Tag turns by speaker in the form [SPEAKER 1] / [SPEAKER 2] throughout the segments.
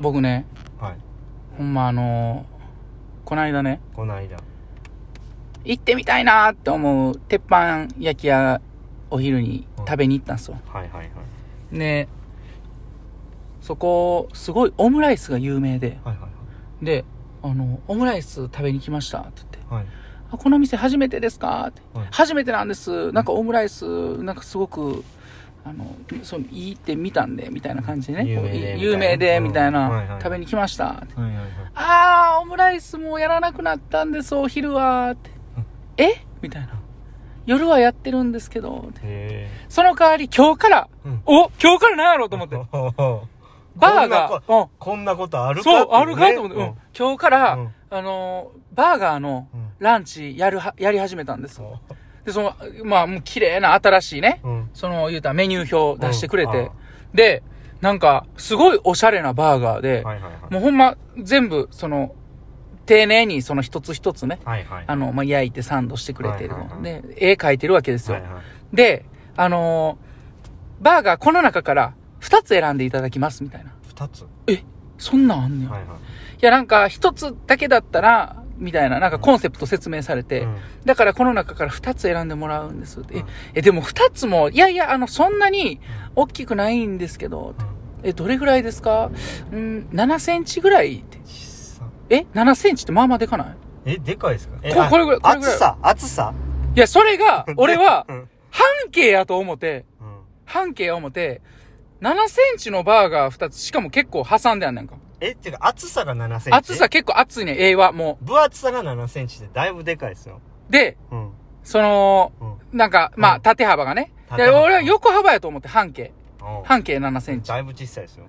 [SPEAKER 1] 僕ね、
[SPEAKER 2] はい
[SPEAKER 1] ほんまあのーこないだね、
[SPEAKER 2] この間
[SPEAKER 1] 行ってみたいなーって思う鉄板焼き屋、お昼に食べに行ったんですよ。
[SPEAKER 2] はいはいはい
[SPEAKER 1] で、そこ、すごいオムライスが有名で、
[SPEAKER 2] はいは
[SPEAKER 1] で、あの、オムライス食べに来ましたって言って、
[SPEAKER 2] いはい
[SPEAKER 1] あこの店初めてですかって、
[SPEAKER 2] はい
[SPEAKER 1] 初めてなんです。なんかオムライス、なんかすごく、あの、そう、いいって見たんで、みたいな感じでね、
[SPEAKER 2] 有名で
[SPEAKER 1] 有名で、み
[SPEAKER 2] み
[SPEAKER 1] た
[SPEAKER 2] た
[SPEAKER 1] い
[SPEAKER 2] い
[SPEAKER 1] な、
[SPEAKER 2] なうんはいはい
[SPEAKER 1] 食べに来ましたって。
[SPEAKER 2] はいはいはい
[SPEAKER 1] あー、オムライスもやらなくなったんです、お昼は、って。えみたいな。夜はやってるんですけど、って
[SPEAKER 2] へ
[SPEAKER 1] その代わり今日から、
[SPEAKER 2] うん
[SPEAKER 1] お今日からなんやろうと思って。
[SPEAKER 2] え
[SPEAKER 1] バーが、うん、
[SPEAKER 2] こんなことあるか
[SPEAKER 1] そう、
[SPEAKER 2] ってい
[SPEAKER 1] あるかと思って、
[SPEAKER 2] ね
[SPEAKER 1] うん今日から、
[SPEAKER 2] うん
[SPEAKER 1] あのー、バーガーの
[SPEAKER 2] うん
[SPEAKER 1] ランチやるは、やり始めたんです
[SPEAKER 2] そ。
[SPEAKER 1] で、その、まあ、もう綺麗な新しいね、
[SPEAKER 2] ううん
[SPEAKER 1] その、言うたらメニュー表出してくれ
[SPEAKER 2] うん
[SPEAKER 1] て
[SPEAKER 2] あ、
[SPEAKER 1] で、なんか、すごいおしゃれなバーガーで、
[SPEAKER 2] はいはいはい
[SPEAKER 1] もうほんま、全部、その、丁寧にその一つ一つね、
[SPEAKER 2] はいはい
[SPEAKER 1] あの、まあ、焼いてサンドしてくれてる
[SPEAKER 2] はいはいは。い
[SPEAKER 1] で、絵描いてるわけですよ。
[SPEAKER 2] はいはい
[SPEAKER 1] で、あのーバーガーこの中から2つ選んでいただきますみたいな。
[SPEAKER 2] 二つは
[SPEAKER 1] そんなんあんね
[SPEAKER 2] い
[SPEAKER 1] ん。、
[SPEAKER 2] はいい
[SPEAKER 1] や、なんか1つだけだったら、みたいな、なんかコンセプト説明されて、
[SPEAKER 2] うん
[SPEAKER 1] だからこの中から2つ選んでもらうんですって。え
[SPEAKER 2] うん
[SPEAKER 1] え、でも2つも、いやいや、あの、そんなに大きくないんですけど、え、どれぐらいですかうん、7センチぐらいって。
[SPEAKER 2] ちっさ
[SPEAKER 1] え ?7 センチってまあまあでかない
[SPEAKER 2] えでかいですかえ
[SPEAKER 1] ここれぐらいこれぐらい
[SPEAKER 2] 厚さ厚さ、
[SPEAKER 1] いや、それが、 俺は
[SPEAKER 2] うん
[SPEAKER 1] 半径やと思って、
[SPEAKER 2] うん
[SPEAKER 1] 半径を思って、7センチのバーガー2つ、しかも結構挟んであんねんか。
[SPEAKER 2] えっていうか厚さが7センチ
[SPEAKER 1] 厚さ結構厚いねん、A はも
[SPEAKER 2] 分厚さが7センチってだいぶでかいですよ
[SPEAKER 1] う。で、
[SPEAKER 2] うん
[SPEAKER 1] その、
[SPEAKER 2] うん
[SPEAKER 1] なんか、ま
[SPEAKER 2] う
[SPEAKER 1] あ、
[SPEAKER 2] ん
[SPEAKER 1] 縦幅がね。で
[SPEAKER 2] 縦幅
[SPEAKER 1] 俺は横幅やと思って、半径。半径7センチ
[SPEAKER 2] だ。いぶ小さいですよ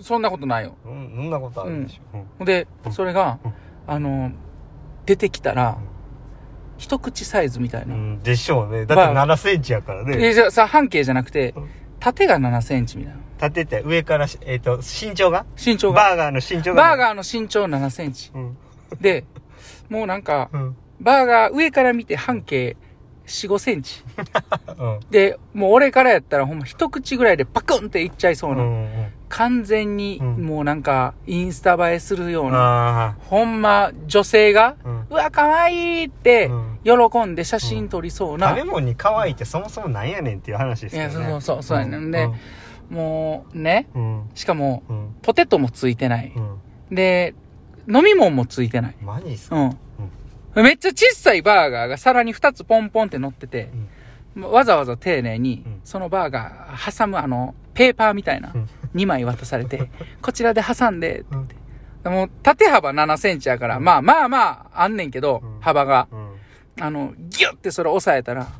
[SPEAKER 1] そんなことないよ。
[SPEAKER 2] うんそんなことあるでしょうん
[SPEAKER 1] で
[SPEAKER 2] う、ん
[SPEAKER 1] それが
[SPEAKER 2] うん、
[SPEAKER 1] あの、出てきたら
[SPEAKER 2] うん、
[SPEAKER 1] 一口サイズみたいな。
[SPEAKER 2] うんでしょうね。だって
[SPEAKER 1] ま
[SPEAKER 2] 7センチやから
[SPEAKER 1] え、
[SPEAKER 2] ね。
[SPEAKER 1] じゃあさ、半径じゃなくて
[SPEAKER 2] うん、
[SPEAKER 1] 縦が7センチみたいな。
[SPEAKER 2] 立てて上からし、えっ、と、身長が
[SPEAKER 1] 身長が。
[SPEAKER 2] バーガーの身長が。
[SPEAKER 1] バー
[SPEAKER 2] ー
[SPEAKER 1] ガーの身長7センチ。
[SPEAKER 2] うん。
[SPEAKER 1] で、もうなんか、
[SPEAKER 2] うん。
[SPEAKER 1] バーガー上から見て半径4、5センチ。
[SPEAKER 2] うん。
[SPEAKER 1] で、もう俺からやったらほんま一口ぐらいでパクンっていっちゃいそううな。
[SPEAKER 2] ん。
[SPEAKER 1] 完全に
[SPEAKER 2] うん
[SPEAKER 1] もうなんかインスタ映えするような、
[SPEAKER 2] あ
[SPEAKER 1] ほんま女性が、
[SPEAKER 2] あ。うん。
[SPEAKER 1] うわ、可愛いって
[SPEAKER 2] うん
[SPEAKER 1] 喜んで写真撮りそうな。
[SPEAKER 2] 食べ物に可愛いってそもそもなんやねんっていう話です
[SPEAKER 1] い
[SPEAKER 2] よ
[SPEAKER 1] や、
[SPEAKER 2] ね。
[SPEAKER 1] そうそうそう、そうやねんで、
[SPEAKER 2] うん。
[SPEAKER 1] もうね、
[SPEAKER 2] うん。
[SPEAKER 1] しかも
[SPEAKER 2] うん。
[SPEAKER 1] ポテトもついてない。
[SPEAKER 2] うん。
[SPEAKER 1] で、飲み物もついてない。
[SPEAKER 2] マジっすか
[SPEAKER 1] うん。めっちゃ小さいバーガーが皿に2つポンポンって乗ってて、わざわざ丁寧に
[SPEAKER 2] うん、
[SPEAKER 1] そのバーガー挟むあの、ペーパーみたいな
[SPEAKER 2] うん、
[SPEAKER 1] 2枚渡されて、こちらで挟んで、
[SPEAKER 2] うん。
[SPEAKER 1] もう縦幅7センチやから、
[SPEAKER 2] うん
[SPEAKER 1] まあまあまあ、あんねんけど、
[SPEAKER 2] うん
[SPEAKER 1] 幅が。
[SPEAKER 2] うん。
[SPEAKER 1] あの、ギュってそれ押さえたら、も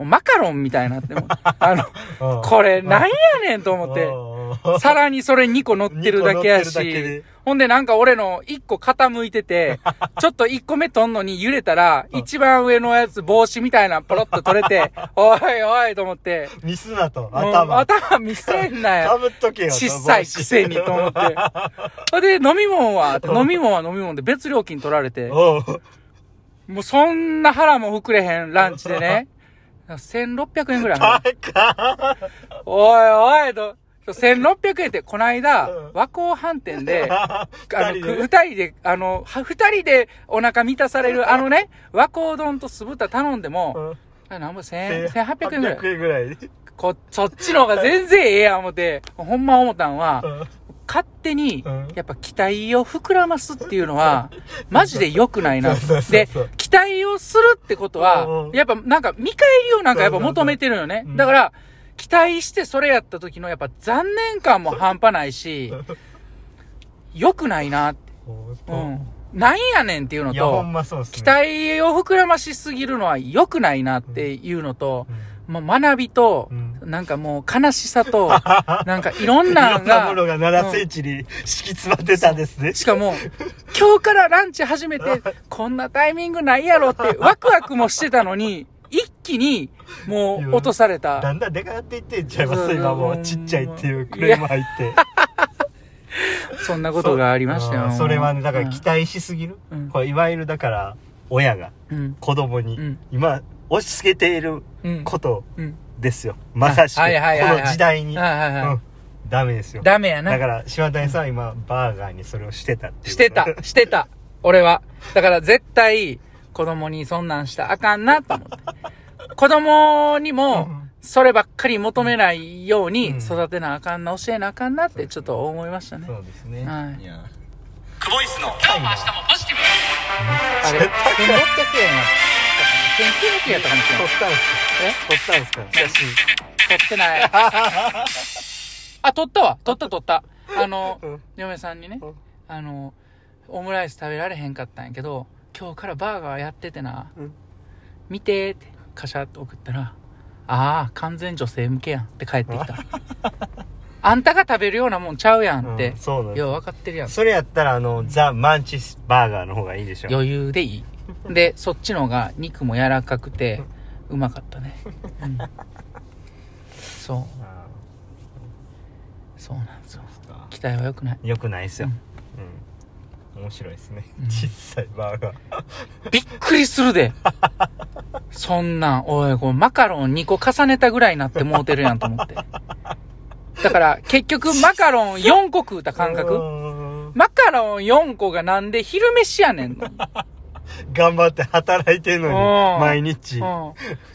[SPEAKER 1] うマカロンみたいになってもう、あの、
[SPEAKER 2] うん
[SPEAKER 1] これなんやねんと思って、
[SPEAKER 2] うん
[SPEAKER 1] さらにそれ2個乗ってるだけや
[SPEAKER 2] 二個乗ってるだけ
[SPEAKER 1] し
[SPEAKER 2] で、
[SPEAKER 1] ほんでなんか俺の1個傾いて て、ちょっと1個目取んのに揺れたら、
[SPEAKER 2] うん
[SPEAKER 1] 一番上のやつ帽子みたいなポロッと取れ て、おいおいと思って、
[SPEAKER 2] ミスなと、
[SPEAKER 1] もう
[SPEAKER 2] 頭。
[SPEAKER 1] 頭見せんなよ
[SPEAKER 2] か。ぶっとけよ。
[SPEAKER 1] 小さいくせにと思って。ほんで、飲み物は、飲み物は飲み物で別料金取られて、
[SPEAKER 2] おう。
[SPEAKER 1] もうそんな腹も膨れへんランチで ね、1600円ぐらい払う。
[SPEAKER 2] 高っ
[SPEAKER 1] おいおいと、1600円って、こないだ
[SPEAKER 2] うん、
[SPEAKER 1] 和光飯店 で、あの、
[SPEAKER 2] 二人
[SPEAKER 1] く
[SPEAKER 2] で。
[SPEAKER 1] 二人で、あの、は二人でお腹満たされる、あのね、和光丼と酢豚頼んでも、
[SPEAKER 2] うん
[SPEAKER 1] あなんぼ1000 1800円ぐらい。
[SPEAKER 2] 800円ぐらい。
[SPEAKER 1] こ、そっちの方が全然ええやん思って、ほんま思ったんは
[SPEAKER 2] う、ん
[SPEAKER 1] 勝手に
[SPEAKER 2] うん、
[SPEAKER 1] やっぱ期待を膨らますっていうのは、マジで良くないな
[SPEAKER 2] そうそう。そう
[SPEAKER 1] で
[SPEAKER 2] そう、
[SPEAKER 1] 期待をするってこと
[SPEAKER 2] うん
[SPEAKER 1] は
[SPEAKER 2] う、ん
[SPEAKER 1] やっぱなんか見返りをなんかやっぱ求めてるよね
[SPEAKER 2] うそうう。ん
[SPEAKER 1] だから、期待してそれやった時のやっぱ残念感も半端ないし、良くないなって。
[SPEAKER 2] ほと
[SPEAKER 1] うん。なんやねんっていうの
[SPEAKER 2] いや、ほ
[SPEAKER 1] と
[SPEAKER 2] ん、まそうっすね。
[SPEAKER 1] 期待を膨らましすぎるのは良くないなっていうのと、まあ、学びと
[SPEAKER 2] う、ん。
[SPEAKER 1] なんかもう悲しさと、 なんかいろん
[SPEAKER 2] い
[SPEAKER 1] な
[SPEAKER 2] ろ
[SPEAKER 1] ん
[SPEAKER 2] んな
[SPEAKER 1] が
[SPEAKER 2] も、のが7センチに敷き詰まってたんですね。
[SPEAKER 1] しかも、今日からランチ始めて、こんなタイミングないやろって、ワクワクもしてたのに、一気に、もう、落とされ
[SPEAKER 2] だ
[SPEAKER 1] た。
[SPEAKER 2] んだんでかなっていってんちゃいま
[SPEAKER 1] そう
[SPEAKER 2] す
[SPEAKER 1] そう
[SPEAKER 2] 今も
[SPEAKER 1] うん
[SPEAKER 2] うちっちゃいっていうクレーム入って。
[SPEAKER 1] そんなことがありました
[SPEAKER 2] う
[SPEAKER 1] よ。
[SPEAKER 2] んそれはね、だから期待しすぎる
[SPEAKER 1] うん。
[SPEAKER 2] これ、いわゆるだから、親が
[SPEAKER 1] うん。
[SPEAKER 2] 子供に
[SPEAKER 1] うん
[SPEAKER 2] 今押し付けている
[SPEAKER 1] うん。
[SPEAKER 2] こと
[SPEAKER 1] うん。
[SPEAKER 2] ですよ。まさしく、こ
[SPEAKER 1] はいはいはいはい
[SPEAKER 2] の時代に。
[SPEAKER 1] はいはいうは
[SPEAKER 2] んダメですよ。
[SPEAKER 1] ダメや
[SPEAKER 2] だか
[SPEAKER 1] な。
[SPEAKER 2] ら、柴谷さんは今、バーガーにそれをしてたっていう。
[SPEAKER 1] してた、してた。俺は。だから絶対、子供にそんなんしたらあかんなと思って。子供にも
[SPEAKER 2] うん、
[SPEAKER 1] そればっかり求めないように
[SPEAKER 2] うん
[SPEAKER 1] 育てなあかんな、教えなあかんなってちょっと思いましたね。
[SPEAKER 2] そうですね。
[SPEAKER 1] はいい。
[SPEAKER 3] や
[SPEAKER 4] クボイスの
[SPEAKER 2] 今日も明日
[SPEAKER 4] もポジティブ
[SPEAKER 1] あれ、1600円や1900円やったかもしれな
[SPEAKER 2] 撮
[SPEAKER 1] い
[SPEAKER 2] っ。たんすか撮ったんすか写真。
[SPEAKER 1] 撮ってない。あ、撮ったわ。撮った撮った。あの、
[SPEAKER 2] うん
[SPEAKER 1] 嫁さんにね
[SPEAKER 2] うん、
[SPEAKER 1] あの、オムライス食べられへんかったんやけど、今日からバーガーやっててな、
[SPEAKER 2] うん
[SPEAKER 1] 見てーって、カシャって送ったら、ああ、完全女性向けやんって帰って きた。あんたが食べるようなもんちゃうやんって
[SPEAKER 2] うん。そうなんです
[SPEAKER 1] よう分かってるやん。
[SPEAKER 2] それやったら、あの、ザ・マンチスバーガーの方がいいでしょ。
[SPEAKER 1] 余裕でいい。で、そっちのが肉も柔らかくて、うまかったね。うん、そう。
[SPEAKER 2] あ
[SPEAKER 1] そうなんですよ
[SPEAKER 3] か
[SPEAKER 1] 期待は良く ない
[SPEAKER 2] ーよくないですよ
[SPEAKER 1] うん。
[SPEAKER 2] うん。面白いですね
[SPEAKER 1] うん。
[SPEAKER 2] 小さいバーガー。
[SPEAKER 1] びっくりするでそんなんおいこれマカロン2個重ねたぐらいになってもうてるやんと思ってだから結局マカロン4個食うた感
[SPEAKER 2] う
[SPEAKER 1] 覚
[SPEAKER 2] ーん
[SPEAKER 1] マカロン4個がなんで昼飯やねんの、
[SPEAKER 2] 頑張って働いてんのに
[SPEAKER 1] うん、
[SPEAKER 2] 毎日。
[SPEAKER 1] うん、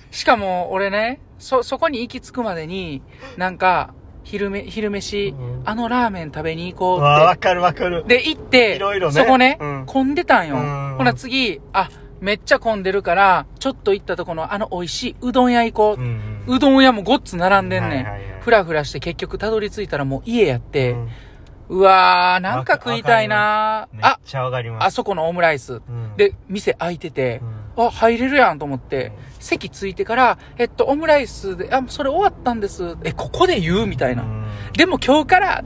[SPEAKER 1] しかも俺ねそそこに行き着くまでになんか昼め昼飯
[SPEAKER 2] うん
[SPEAKER 1] あのラーメン食べに行こう
[SPEAKER 2] う
[SPEAKER 1] っ
[SPEAKER 2] わ
[SPEAKER 1] て
[SPEAKER 2] わかるわかる。
[SPEAKER 1] で、行って、
[SPEAKER 2] いろいろね
[SPEAKER 1] そこね、
[SPEAKER 2] うん
[SPEAKER 1] 混んでたんよ。
[SPEAKER 2] うん
[SPEAKER 1] ほな次、あ、めっちゃ混んでるから、ちょっと行ったとこのあの美味しいうどん屋行こ
[SPEAKER 2] う
[SPEAKER 1] う。
[SPEAKER 2] ん
[SPEAKER 1] うどん屋もごっつ並んでんねん。
[SPEAKER 2] はいはいはい
[SPEAKER 1] ふらふらして結局たどり着いたらもう家やっ
[SPEAKER 2] う
[SPEAKER 1] て、
[SPEAKER 2] ん
[SPEAKER 1] うわー、なんか食いたいな
[SPEAKER 2] め
[SPEAKER 1] ー
[SPEAKER 2] っ
[SPEAKER 1] あ、
[SPEAKER 2] ちゃわかりま
[SPEAKER 1] あ
[SPEAKER 2] す。
[SPEAKER 1] そこのオムライス。
[SPEAKER 2] うん、
[SPEAKER 1] で、店開いてて
[SPEAKER 2] う、ん
[SPEAKER 1] あ、入れるやんと思って、席ついてから、えっと、オムライスで、あ、それ終わったんです。え、ここで言うみたいな。
[SPEAKER 2] うん
[SPEAKER 1] でも今日 から、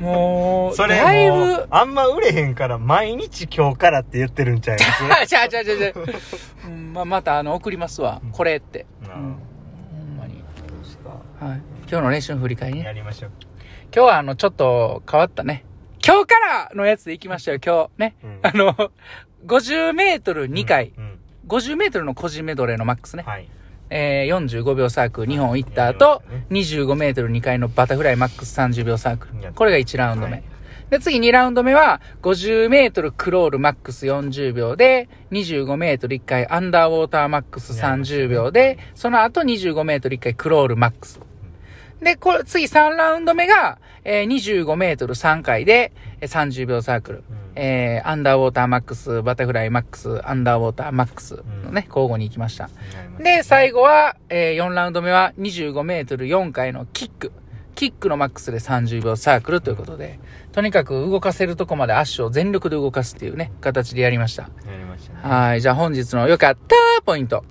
[SPEAKER 1] もう、
[SPEAKER 2] それ
[SPEAKER 1] だい
[SPEAKER 2] も
[SPEAKER 1] ぶ
[SPEAKER 2] う、あんま売れへんから、毎日今日からって言ってるんちゃいます
[SPEAKER 1] あ、ちゃうちゃうちゃうちゃう。うん、まあ、また、あの、送りますわ。これって。
[SPEAKER 2] なあ
[SPEAKER 1] うんほんまに。
[SPEAKER 2] そうですか
[SPEAKER 1] はい。今日の練習の振り返り
[SPEAKER 2] や
[SPEAKER 1] ね。
[SPEAKER 2] りましょう。
[SPEAKER 1] 今日は、あの、ちょっと変わったね。今日からのやつで行きましたよ、今日。ね。
[SPEAKER 2] うん
[SPEAKER 1] あの、50メートル2回、
[SPEAKER 2] うんうん
[SPEAKER 1] 50メートルの個人メドレーのマックスね。
[SPEAKER 2] はい。
[SPEAKER 1] えー、45秒サークル2本行った後
[SPEAKER 2] やりましたね、
[SPEAKER 1] 25メートル2回のバタフライマックス30秒サーク
[SPEAKER 2] や
[SPEAKER 1] ル。
[SPEAKER 2] った
[SPEAKER 1] これが1ラウンド目。
[SPEAKER 2] はい
[SPEAKER 1] で、次2ラウンド目は、50メートルクロールマックス40秒で、25メートル1回アンダーウォーターマックス30秒で、その後25メートル1回クロールマックス。で、これ、次3ラウンド目が、えー、25メートル3回で、えー30秒サークル。
[SPEAKER 2] うん
[SPEAKER 1] えー、アンダーウォーターマックス、バタフライマックス、アンダーウォーターマックスのね、交互に行きました。
[SPEAKER 2] やりました
[SPEAKER 1] で、最後は、え4ラウンド目は25メートル4回のキック。キックのマックスで30秒サークルということで、とにかく動かせるとこまで足を全力で動かすっていうね、形でやりました。
[SPEAKER 2] やりましたね。
[SPEAKER 1] はい、じゃあ本日の良かったポイント。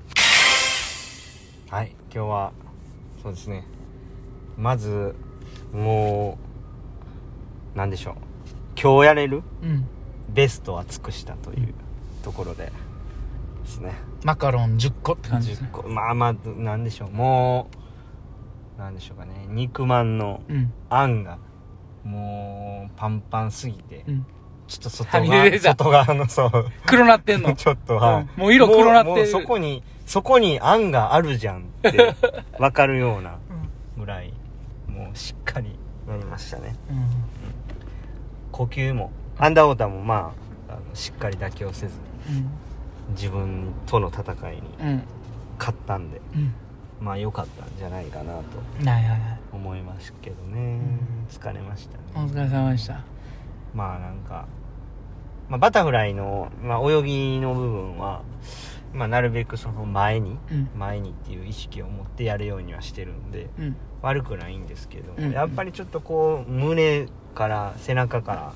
[SPEAKER 2] はい。今日は、そうですね。まず、もう、なんでしょう。今日やれる
[SPEAKER 1] うん。
[SPEAKER 2] ベストは尽くしたというところでですね。
[SPEAKER 1] マカロン10個って感じですね
[SPEAKER 2] 10。個まあまあなんでしょうもうなんでしょうかね肉まんの
[SPEAKER 1] うん。
[SPEAKER 2] あんがもうパンパンすぎて、
[SPEAKER 1] うん
[SPEAKER 2] ちょっと外
[SPEAKER 1] はみ出
[SPEAKER 2] 側
[SPEAKER 1] てた
[SPEAKER 2] 外側のそう。
[SPEAKER 1] 黒なってんの
[SPEAKER 2] ちょっとは、
[SPEAKER 1] うんもう色黒なってる
[SPEAKER 2] もうもうそこにそこにあんがあるじゃんって分かるようなぐらいもうしっかりなりましたね
[SPEAKER 1] うん
[SPEAKER 2] 呼吸もアンダーウォーターもまああのしっかり妥協せず自分との戦いに
[SPEAKER 1] うん。うん。
[SPEAKER 2] 勝ったんで
[SPEAKER 1] うん。
[SPEAKER 2] まあ良かったんじゃないかなと
[SPEAKER 1] ないはいはい。
[SPEAKER 2] 思いますけどね
[SPEAKER 1] ん
[SPEAKER 2] 疲れましたね
[SPEAKER 1] お疲れ様でした。
[SPEAKER 2] まあなんか、まあ、バタフライの、まあ、泳ぎの部分は、まあ、なるべくその前に
[SPEAKER 1] うん。
[SPEAKER 2] 前にっていう意識を持ってやるようにはしてるんで
[SPEAKER 1] うん。
[SPEAKER 2] 悪くないんですけど、
[SPEAKER 1] うん
[SPEAKER 2] やっぱりちょっとこう胸から背中から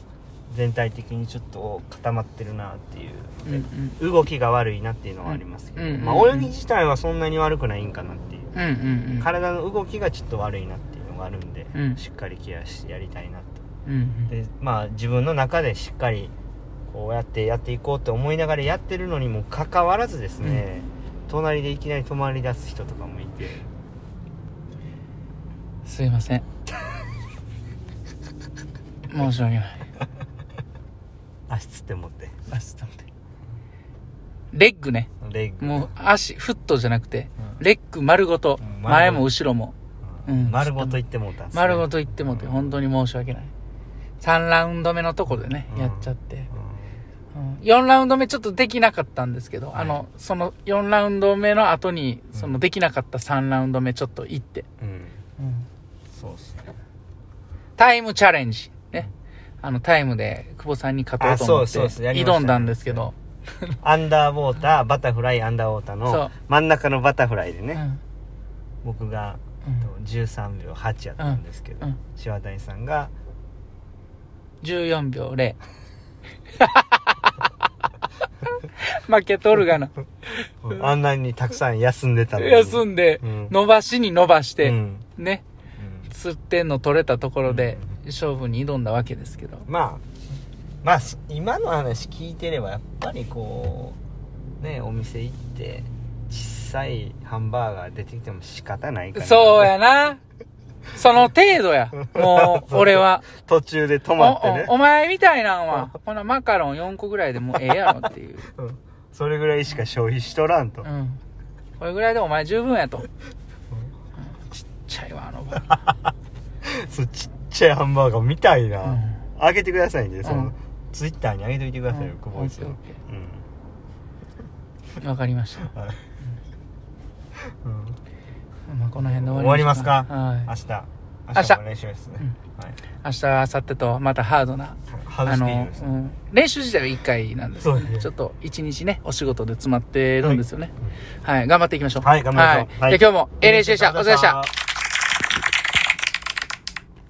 [SPEAKER 2] 全体的にちょっと固まってるなっていう
[SPEAKER 1] うん。うん。
[SPEAKER 2] 動きが悪いなっていうのはありますけど、
[SPEAKER 1] うんうん
[SPEAKER 2] まあ、泳ぎ自体はそんなに悪くないんかなっていう
[SPEAKER 1] うん。うん。
[SPEAKER 2] 体の動きがちょっと悪いなっていうのがあるんで、
[SPEAKER 1] うん
[SPEAKER 2] しっかりケアしてやりたいなと
[SPEAKER 1] うん。うん。
[SPEAKER 2] でまあ自分の中でしっかりこうやってやっていこうと思いながらやってるのにもかかわらずですね、隣でいきなり止まり出す人とかもいて
[SPEAKER 1] すいま せん申し訳ない
[SPEAKER 2] 足つって持って
[SPEAKER 1] あちょっと待って レッグね
[SPEAKER 2] レッグ
[SPEAKER 1] もう足フットじゃなくて
[SPEAKER 2] うん
[SPEAKER 1] レッグ丸ごと
[SPEAKER 2] うん丸ごと
[SPEAKER 1] 前も後ろもうん
[SPEAKER 2] 丸ごと行ってもうたんです、ね、
[SPEAKER 1] 丸ごと言ってもって、
[SPEAKER 2] うん
[SPEAKER 1] 本当に申し訳ない。3ラウンド目のとこでね、
[SPEAKER 2] うん
[SPEAKER 1] やっちゃって。う
[SPEAKER 2] う
[SPEAKER 1] ん、4ラウンド目ちょっとできなかったんですけど、
[SPEAKER 2] はい
[SPEAKER 1] あの、その4ラウンド目の後に、
[SPEAKER 2] うん
[SPEAKER 1] そのできなかった3ラウンド目ちょっと行って、
[SPEAKER 2] ん、うん、
[SPEAKER 1] うん
[SPEAKER 2] そうっすね
[SPEAKER 1] タイムチャレンジ。ね。あの、タイムで久保さんに勝とうと思
[SPEAKER 2] あ
[SPEAKER 1] って、
[SPEAKER 2] そうそうそうやりましたね
[SPEAKER 1] 挑んだんですけど、
[SPEAKER 2] アンダーウォーターバタフライアンダーウォーター
[SPEAKER 1] そう
[SPEAKER 2] の真ん中のバタフライで
[SPEAKER 1] うん
[SPEAKER 2] ね、僕が
[SPEAKER 1] うん
[SPEAKER 2] 13秒8やったんですけど、
[SPEAKER 1] うんうん
[SPEAKER 2] 柴谷さ んが
[SPEAKER 1] 14秒0。負けとるがな。
[SPEAKER 2] あんなにたくさん休んでたのに
[SPEAKER 1] 休
[SPEAKER 2] で
[SPEAKER 1] んで、
[SPEAKER 2] うん
[SPEAKER 1] 伸ばしに伸ばして、
[SPEAKER 2] うん
[SPEAKER 1] ね。
[SPEAKER 2] うん
[SPEAKER 1] 釣ってんの取れたところで勝負に挑んだわけですけど、
[SPEAKER 2] まあまあす今の話聞いてればやっぱりこうねお店行って小さいハンバーガー出てきても仕方ないから
[SPEAKER 1] そうやなその程度やもう俺は
[SPEAKER 2] 途中で止
[SPEAKER 1] お
[SPEAKER 2] まってね
[SPEAKER 1] おお前みたいなんはこのマカロン4個ぐらいでもうええやろっていう、
[SPEAKER 2] うんそれぐらいしか消費しとらんと、
[SPEAKER 1] うん、これぐらいでお前十分やと、うんちっちゃいわあの場、
[SPEAKER 2] そうちっちゃいハンバーガーみたいな、
[SPEAKER 1] うん
[SPEAKER 2] あげてくださいねその、
[SPEAKER 1] うん
[SPEAKER 2] ツイッターにあげといてください よ、
[SPEAKER 1] うん
[SPEAKER 2] 久保井さん
[SPEAKER 1] オ
[SPEAKER 2] うん
[SPEAKER 1] ッケーオッわかりました、
[SPEAKER 2] はいうん
[SPEAKER 1] まあ、この辺で
[SPEAKER 2] 終
[SPEAKER 1] 終
[SPEAKER 2] わ
[SPEAKER 1] わ
[SPEAKER 2] り
[SPEAKER 1] り
[SPEAKER 2] ま
[SPEAKER 1] ますす
[SPEAKER 2] か
[SPEAKER 1] か、
[SPEAKER 2] 明
[SPEAKER 1] はい、
[SPEAKER 2] 日
[SPEAKER 1] 明日
[SPEAKER 2] も練習ですね、はい
[SPEAKER 1] 明日明後日とまたハードな
[SPEAKER 2] ハ
[SPEAKER 1] あ
[SPEAKER 2] ウスキー
[SPEAKER 1] の
[SPEAKER 2] です、
[SPEAKER 1] う
[SPEAKER 2] ね
[SPEAKER 1] ん、練習自体は1回なんですけど、
[SPEAKER 2] そうですね
[SPEAKER 1] ちょっと1日ね、お仕事で詰まってるんですよね。はい、頑張っていきましょう。
[SPEAKER 2] はい頑張りましょう
[SPEAKER 1] は
[SPEAKER 2] はい
[SPEAKER 1] い、じゃあ今日も LH でした。お疲れ様でした。
[SPEAKER 2] た